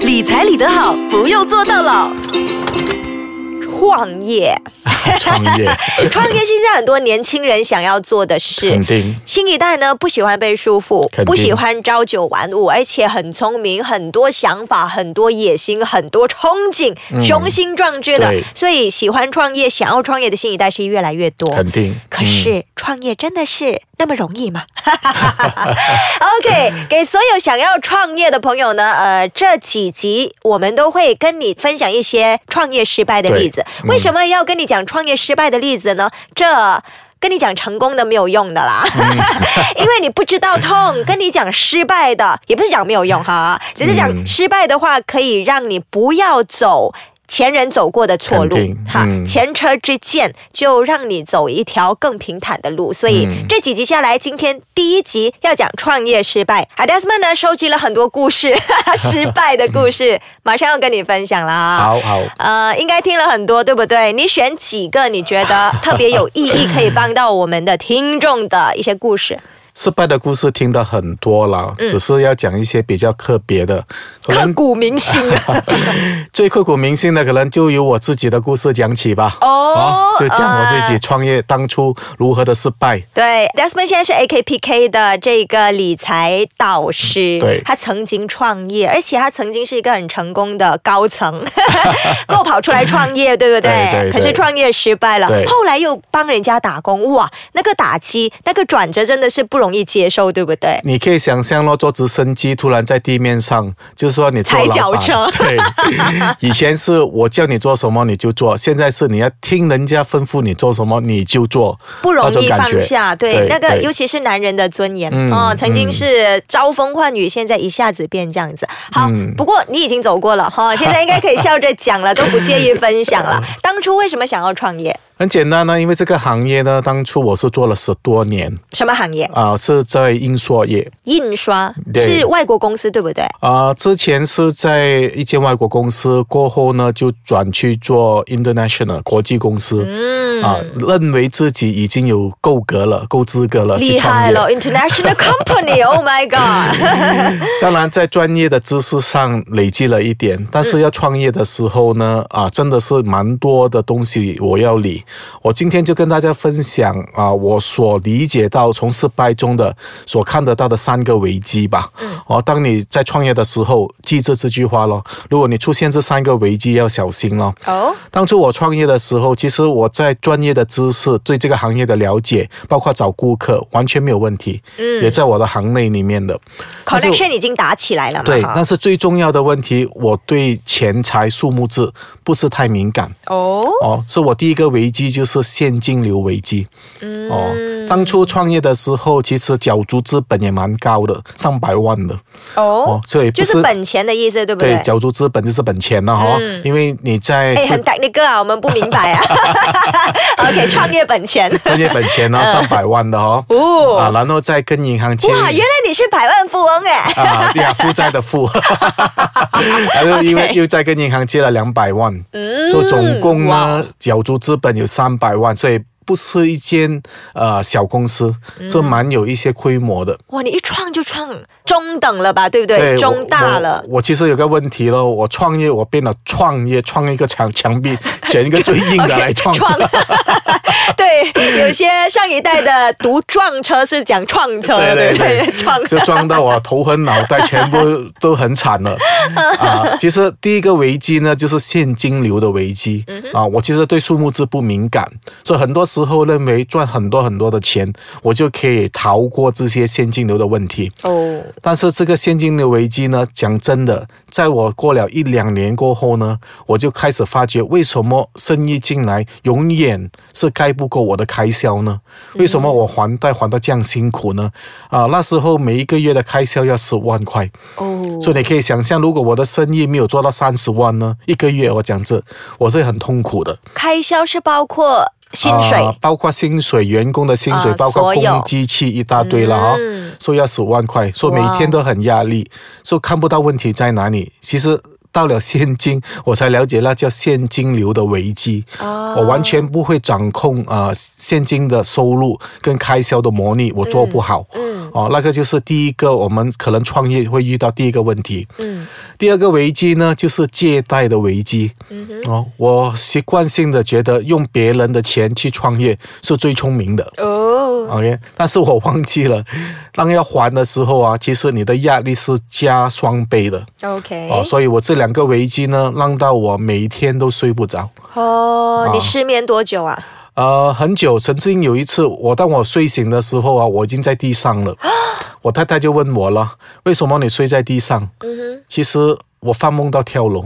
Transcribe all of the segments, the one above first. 理财理得好，不用做到老。创业， 创 业创业是现在很多年轻人想要做的事肯。定新一代呢，不喜欢被束缚肯定，不喜欢朝九晚五，而且很聪明，很多想法，很多野心，很多憧憬，雄心壮志的嗯对。所以喜欢创业、想要创业的新一代是越来越多。肯定。可是、创业真的是那么容 易吗？OK，给所有想要创业的朋友呢，呃，这几集我们都会跟你分享一些创业失败的例子。对嗯为什么要跟你讲创业失败的例子呢？这。跟你讲成功的没有用的啦，嗯 因为你不知道痛。跟你讲失败的也不是讲没有用哈，只是讲嗯失败的话可以让你不要走前人走过的错路肯定哈。嗯前车之鉴，就让你走一条更平坦的路。所以、嗯这几集下来，今天第一集要讲创业失败。阿德斯曼呢，收集了很多故事， 失败的故事，马上要跟你分享了啊。嗯好好，呃，应该听了很多，对不对？你选几个你觉得特别有意义，可以帮到我们的听众的一些故事？失败的故事听得很多了，嗯只是要讲一些比较特别的，可刻能骨铭 心啊！最刻骨铭心的，可能就由我自己的故事讲起吧。哦啊就讲我啊自己创业当初如何的失败。对，Desmond 现在是 AKPK 的这个理财导师，嗯对他曾经创业，而且他曾经是一个很成功的高 层，够跑出来创业，对不对？对对对可是创业失败了对，后来又帮人家打工，哇，那个打击，那个转折真的是不容易接受，对不对？你可以想象咯，坐直升机突然在地面上，就是说你做踩老脚板，车 对，以前是我叫你做什么你就做，现在是你要听人家吩咐你做什么你就做，不容那易种感觉放下，对对那个，对尤其是男人的尊严、嗯哦，曾经嗯是招风唤雨，现在一下子变这样子。好，嗯不过你已经走过了 哈、现在应该可以笑着讲了，都不介意分享了。当初为什么想要创业？很简单啊呢，因为这个行业呢，当初我是做了十多年什么行业？啊、是在印刷业印刷对是外国公司对不对？啊、之前是在一间外国公司，过后呢就转去做 international 国际公司，嗯啊、认为自己已经有够格了，够资格了去厉创害业。了，international company，Oh my god！当然，在专业的知识上累积了一点，但是要创业的时候呢，啊，真的是蛮多的东西我要理。我今天就跟大家分享啊，我所理解到从失败中的所看得到的三个危机吧。哦，当你在创业的时候，记着这句话咯。如果你出现这三个危机，要小心咯。哦，当初我创业的时候，其实我在专业的知识、对这个行业的了解，包括找顾客，完全没有问题，嗯，也在我的行内里面的。但是我 connection 已经打起来了嘛？对，哈但是最重要的问题，我对钱财数目字不是太敏感哦，哦，所以我第一个危机就是现金流危机。哦，嗯当初创业的时候，其实缴足资本也蛮高的，上百万的哦哦，，所以不就是是本钱的意思，对不嗯对缴足资本就是本钱了哈、因为你在哎，是很 technical 啊，我们不明白 啊。OK，创业本钱。创业本 钱呢，上百万的哦，嗯哦啊，然后再跟银行签哇，原来你是百万富翁哎！啊，对啊，负债 的负，然后因为 OK 又再跟银行借了两百万，嗯所以总共哇呢缴足资本有三百万，所以不是一间呃小公司，嗯是蛮有一些规模的。哇，你一创就创中等了吧，对不对？我中大了。我。我其实有个问题了，我创业我变了创业，创一个墙墙壁，选一个最硬的 OK，来创。创对，有些上一代的读撞车是讲创车，对对对不对？对，创就撞到我头昏脑袋，全部都很惨了啊！其实第一个危机呢，就是现金流的危机啊。我其实对数目字不敏感，所以很多时候认为赚很多很多的钱，我就可以逃过这些现金流的问题。哦，但是这个现金流危机呢，讲真的，在我过了一两年过后呢，我就开始发觉，为什么生意进来永远是盖不够我的开销呢？为什么我还贷还得这样辛苦呢？啊，那时候每一个月的开销要十万块，哦，所以你可以想象，如果我的生意没有做到三十万呢，一个月我讲这，我是很痛苦的。开销是包括薪水，啊包括薪水、员工的薪水，啊包括所有工机器一大堆了啊、嗯说要十万块，说每哇天都很压力，说看不到问题在哪里。其实到了现今，我才了解那叫现金流的危机。哦我完全不会掌控呃现金的收入跟开销的模拟，我做不好。嗯哦，那个就是第一个，我们可能创业会遇到第一个问题。嗯第二个危机呢，就是借贷的危机。嗯哼，哦，我习惯性的觉得用别人的钱去创业是最聪明的。哦， OK，但是我忘记了， 当要还的时候啊，其实你的压力是加双倍的 OK，哦，所以我这两个危机呢，让到我每天都睡不着。哦，你啊失眠多久啊？呃，很久，曾经有一次，我当我睡醒的时候啊，我已经在地上了。啊 我太太就问我了，为什么你睡在地上？嗯其实我发梦到跳楼，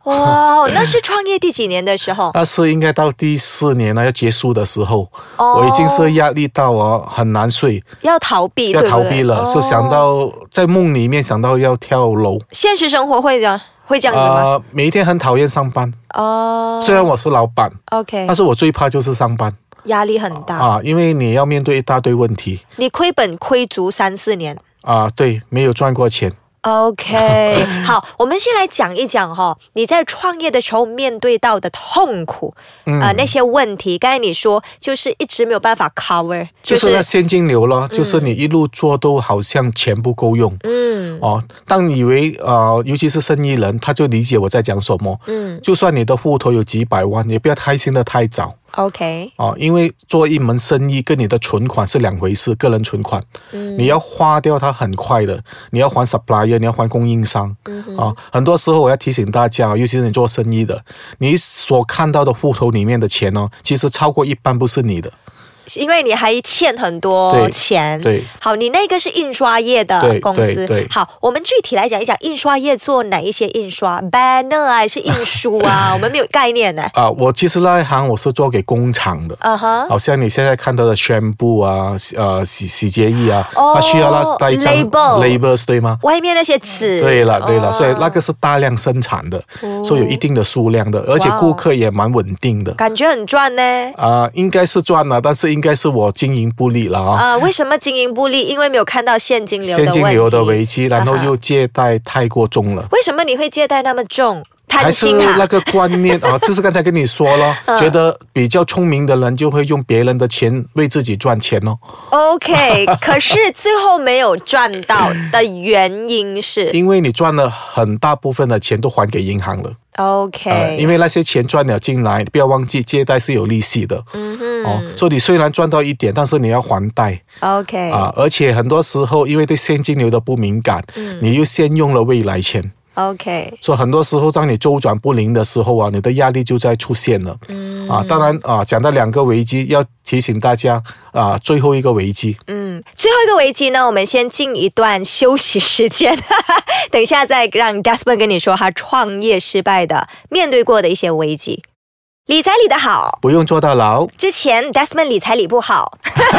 哼，哇，那是创业第几年的时候？那是应该到第四年啊了要结束的时候，哦我已经是压力到啊很难睡，要逃避，要对不逃对避了，是想。哦到在梦里面想到要跳楼。现实生活会这样会这样子吗？呃，每一天很讨厌上班，哦，虽然我是老板， OK，但是我最怕就是上班压力很大，啊，因为你要面对一大堆问题你亏本亏足三四年。啊，对，没有赚过钱。 OK，好， 我们先来讲一讲哈、哦，你在创业的时候面对到的痛苦啊、嗯呃那些问题。刚才你说就是一直没有办法 cover，就就是嗯那是现金流咯，就是你一路做都好像钱不够用。嗯哦，当你以为呃，尤其是生意人，他就理解我在讲什么。嗯就算你的户头有几百万，也不要开心的太早，OK，哦，因为做一门生意跟你的存款是两回事，个人存款，嗯你要花掉它很快的，你要还 supplier，你要还供应商啊、嗯哦很多时候我要提醒大家，尤其是你做生意的，你所看到的户头里面的钱哦，其实超过一半不是你的。因为你还欠很多对钱。对，好，你那个是印刷业的对公司。对对好，我们具体来讲一讲印刷业做哪一些印刷 banner 啊，还是印书 啊？我们没有概念呢、啊、我其实那一行我是做给工厂的。嗯哼，好像你现在看到的宣布啊，洗呃洗洗洁液啊，哦它需要那那一张 label labels 对吗？外面那些纸。对了对了，哦所以那个是大量生产的，所以有一定的数量的，而且哇哦顾客也蛮稳定的感觉很赚呢。啊、应该是赚了，但是应该是我经营不力了啊。啊、为什么经营不利？因为没有看到现金流的现金流的问题危机，然后啊哈又借贷太过重 了。为什么你会借贷那么重？贪还是心那啊？嗯个观念 啊，就是刚才跟你说了，觉得比较聪明的人就会用别人的钱为自己赚钱哦。 OK，可是最后没有赚到的原因是因为你赚了很大部分的钱都还给银行了， OK，、呃，因为那些钱赚了进来，不要忘记借贷是有利息的，嗯哼哦，所以你虽然赚到一点，但是你要还贷 OK 啊、而且很多时候因为对现金流的不敏感，嗯你又先用了未来钱， OK，所以很多时候当你周转不灵的时候啊，你的压力就在出现了，嗯啊，当然啊，讲到两个危机，要提醒大家啊，最后一个危机，嗯，最后一个危机呢，我们先进一段休息时间， 等一下再让 Jasper 跟你说他创业失败的面对过的一些危机。理财理得好，不用坐到牢， 之前 Desmond 理财理不好，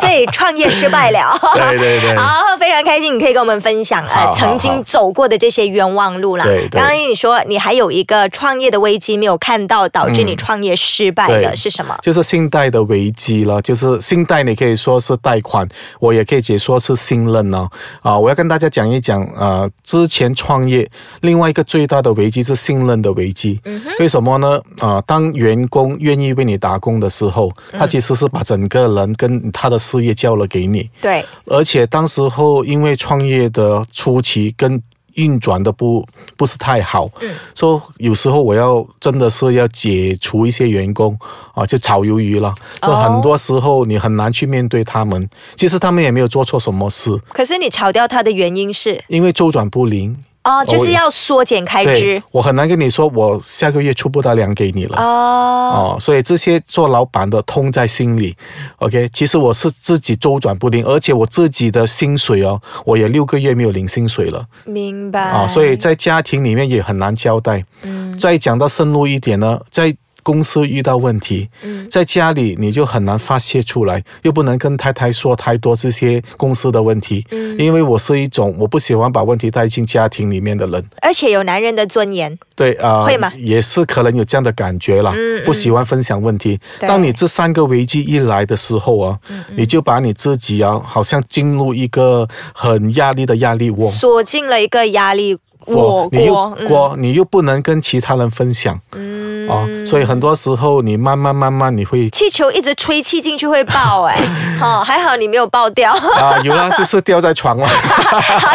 所以创业失败了。对对对好，非常开心，你可以跟我们分享哎好呃好曾经走过的这些冤枉路啦。对对刚刚你说你还有一个创业的危机没有看到，导致你创业失败的对是什么？就是信贷的危机了，就是信贷，你可以说是贷款，我也可以解说是信任哦。啊，我要跟大家讲一讲，呃，之前创业另外一个最大的危机是信任的危机。为什么呢？啊、当员工愿意为你打工的时候，他其实是把整个人跟他的事业交了给你。对，而且当时候因为创业的初期跟运转的不不是太好，嗯，说有时候我要真的是要解除一些员工啊，就炒鱿鱼了，所以哦很多时候你很难去面对他们。其实他们也没有做错什么事，可是你炒掉它的原因是因为周转不灵。哦，就是要缩减开支对，我很难跟你说，我下个月出不到粮给你了。哦。哦，所以这些做老板的痛在心里。OK，其实我是自己周转不灵，而且我自己的薪水哦，我也六个月没有领薪水了明白啊、所以在家庭里面也很难交代。嗯，再讲到深入一点呢，在公司遇到问题，嗯，在家里你就很难发泄出来，又不能跟太太说太多这些公司的问题，嗯，因为我是一种我不喜欢把问题带进家庭里面的人。而且有男人的尊严，对啊，呃会吗也是可能有这样的感觉啦，不喜欢分享问题。对当你这三个危机一来的时候啊，你就把你自己啊，好像进入一个很压力的压力窝。锁进了一个压力我你又锅嗯锅，你又不能跟其他人分享，嗯，哦，所以很多时候你慢慢慢慢 你会气球一直吹气进去会爆 哎、哦，还好你没有爆掉，啊、有啦，就是掉在床了。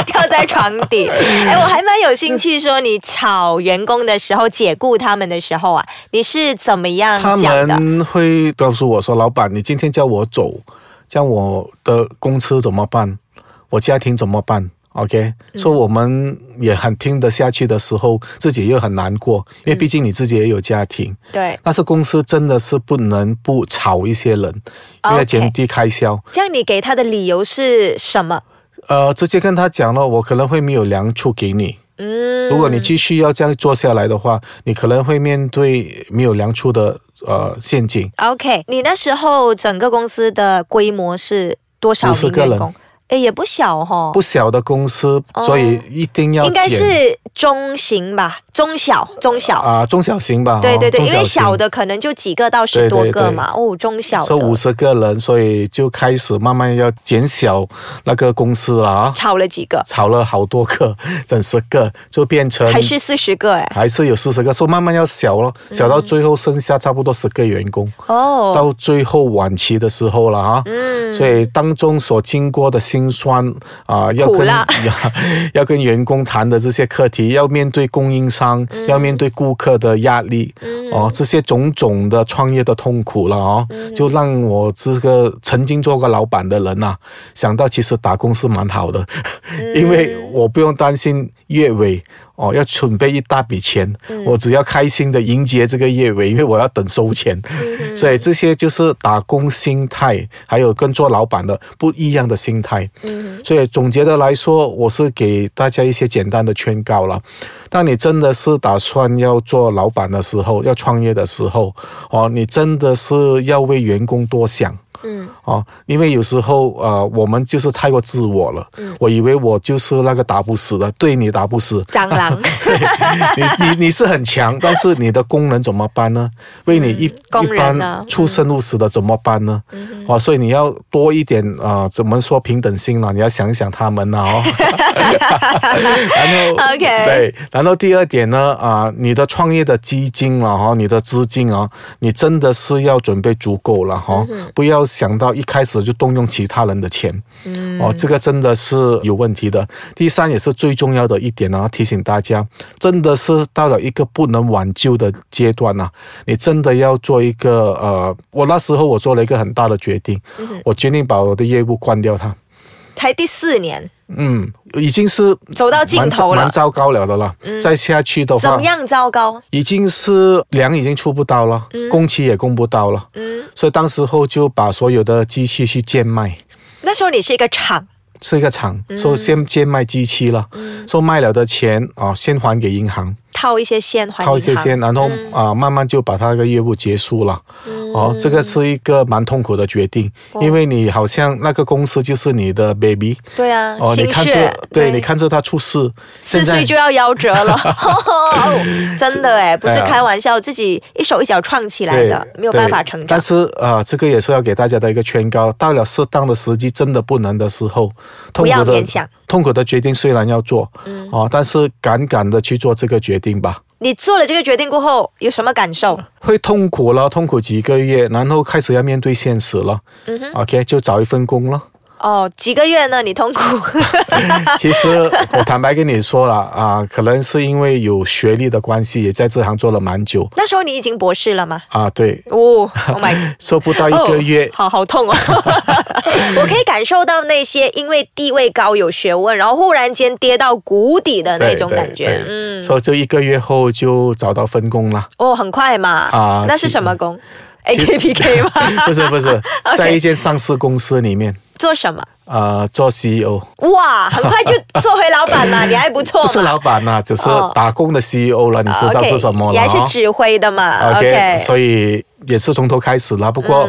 掉在床 底。哎、我还蛮有兴趣说你炒员工的时候，解雇他们的时候啊，你是怎么样他 讲的？们会告诉我说：“老板，你今天叫我走，叫我的公司怎么办？我家庭怎么办？”OK，所嗯以、我们也很听得下去的时候，自己又很难过，因嗯为毕竟你自己也有家庭。对，但是公司真的是不能不炒一些人，因 OK 为要减低开销。这样你给他的理由是什么？呃，直接跟他讲了，我可能会没有粮出给你。嗯，如果你继续要这样做下来的话，你可能会面对没有粮出的呃陷阱。 OK，你那时候整个公司的规模是多少名50个员人工？哎，也不小哦，不小的公司，哦所以一定要应该减是中型吧，中小，中小。啊、中小型吧，对对对，哦、因为小的的可能就几个到十对对多个嘛，哦，中小收的五十个人，所以就开始慢慢要减小那个公司了啊，炒了几个，炒了好多个，整十个就变成还是四十个哎，还是有四十个，所以慢慢要小了，小到最后剩下差不多十个员工。哦，到最后晚期的时候了啊，嗯，所以当中所经过的辛酸啊、要苦跟辣要 要跟员工谈的这些课题，要面对供应商，要面对顾客的压力，哦，这些种种的创业的痛苦了哦，就让我这个曾经做过老板的人呐、啊想到其实打工是蛮好的， 因为我不用担心月尾。哦，要准备一大笔钱，我只要开心的迎接这个月尾，因为我要等收钱，所以这些就是打工心态，还有跟做老板的不一样的心态。所以总结的来说，我是给大家一些简单的劝告了。当你真的是打算要做老板的时候，要创业的时候，哦，你真的是要为员工多想。嗯，哦，因为有时候呃，我们就是太过自我了。我以为我就是那个打不死的，对你打不死，蟑 螂你你你是很强，但是你的功能怎么办呢？为你一、工一人呢般出生入死的怎么办呢？哦，所以你要多一点啊、呃怎么说平等心了？你要想一想他们了哦。然后 OK 对，然后第二点呢，啊、你的创业的基金了哈、你的资金啊、你真的是要准备足够了哈、不要想到一开始就动用其他人的钱，哦，这个真的是有问题的。第三也是最重要的一点呢、提醒大家，真的是到了一个不能挽救的阶段呐、你真的要做一个呃，我那时候我做了一个很大的决定，我决定把我的业务关掉它。才第四年，嗯，已经是走到尽蛮头了嗯蛮糟糕了的了。再下去的怎话么，样糟糕？已经是粮已经出不到了，工期也供不到了，嗯，所以当时候就把所有的机器去贱卖。那时候你是一个厂，是一个厂，嗯所以先先卖机器了，说卖了的钱啊，先还给银行，套一些线还银行嗯掏一些先，然后啊，慢慢就把他那个业务结束了。哦，这个是一个蛮痛苦的决定，哦因为你好像那个公司就是你的 baby。对啊，哦，你心看血着，对，你看着他出事，四现在岁就要夭折 了，哦真的哎，不是对啊开玩笑，自己一手一脚创起来对，的，没有办法对成长但。是啊、呃这个也是要给大家的一个劝告：到了适当的时机，真的不能的时候，痛不要苦的勉强痛苦的决定虽然要做，哦，但是敢敢的去做这个决定吧。你做了这个决定过后有什么感受？会痛苦了，痛苦几个月，然后开始要面对现实了。OK，就找一份工了。哦，几个月呢？你痛苦， 其实我坦白跟你说了啊、可能是因为有学历的关系，也在这行做了蛮久那时候你已经博士了吗？啊、对，哦，Oh my，说不到一个月哦，好好痛 哦！我可以感受到那些因为地位高、有学问，然后忽然间跌到谷底的那对种感觉。嗯，所以就一个月后就找到分工了。哦，很快嘛。啊那是其什么工 其？AKPK 吗？ 不是不 是，在一间上市公司里面，做什么？呃，做 CEO 哇，很快就做回老板 嘛，你还不错不嘛。是老板呐、只是哦打工的 CEO 了，你哦知道是什么啊，OK，了你还哈是指挥的嘛嗯 OK，所以也是从头开始啦。不过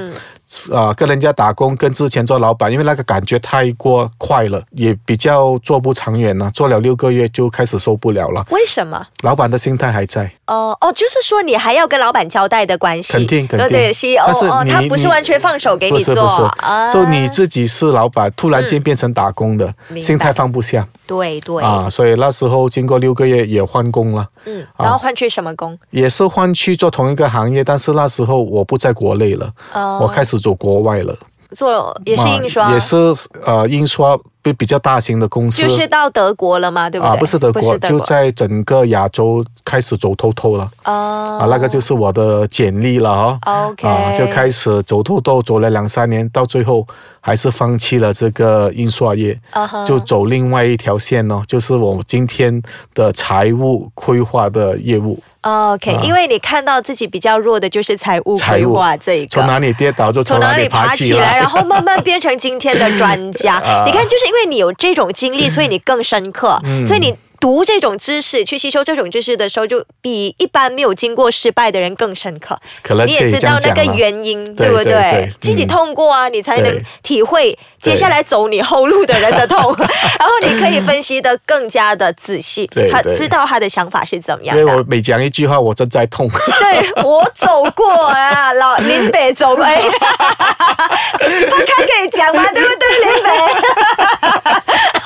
啊、跟人家打工跟之前做老板，因为那个感觉太过快了，也比较做不长远了。做了六个月就开始受不了了，为什么？老板的心态还在，哦哦，就是说你还要跟老板交代的关系，肯定肯定。对对，CEO 但是哦，你他不是你完全放手给不你是做啊嗯不是，所以你自己是老板，突然间变成打工的，明白心态放不下对对，啊，所以那时候经过六个月也换工了。嗯，然后换去什么工？也是换去做同一个行业，但是那时候我不在国内了，哦我开始走国外了，做也是啊印刷，也是呃印刷比比较大型的公司，就是到德国了嘛，对不对？啊不是德国，德就在整个亚洲开始走透透了、哦啊，那个就是我的简历了哦。 OK，啊，就开始走透透，走了两三年，到最后还是放弃了这个印刷业啊哈就走另外一条线哦，就是我今天的财务规划的业务。哦 OK，、因为你看到自己比较弱的就是财务啊财规务划这一个，从哪里跌倒就从从哪哪里里爬爬起起来来，。 然后慢慢变成今天的专家啊。嗯你看，就是因为你有这种经历，所以你更深刻，所以你。读这种知识，去吸收这种知识的时候，就比一般没有经过失败的人更深刻。可能你也知道那个原，原因，对不对对自己嗯痛过啊，你才能对体会接下来走你后路的人的 痛，然后你可以分析的更加的仔细对，他对知道他的想法是怎么因样为的。我每讲一句话，我正在痛。对我走过啊，老林北走过，哎，不看可以讲嘛，对不对，林北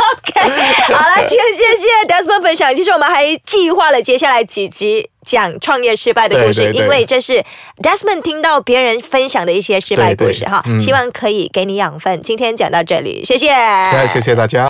？OK，好了，今天谢谢 Desmond 分享。其实我们还计划了接下来几集。讲创业失败的故事，对对对因为这是 Desmond 听到别人分享的一些失败故对对事哈，嗯希望可以给你养分。今天讲到这里，谢谢， 那谢谢大家。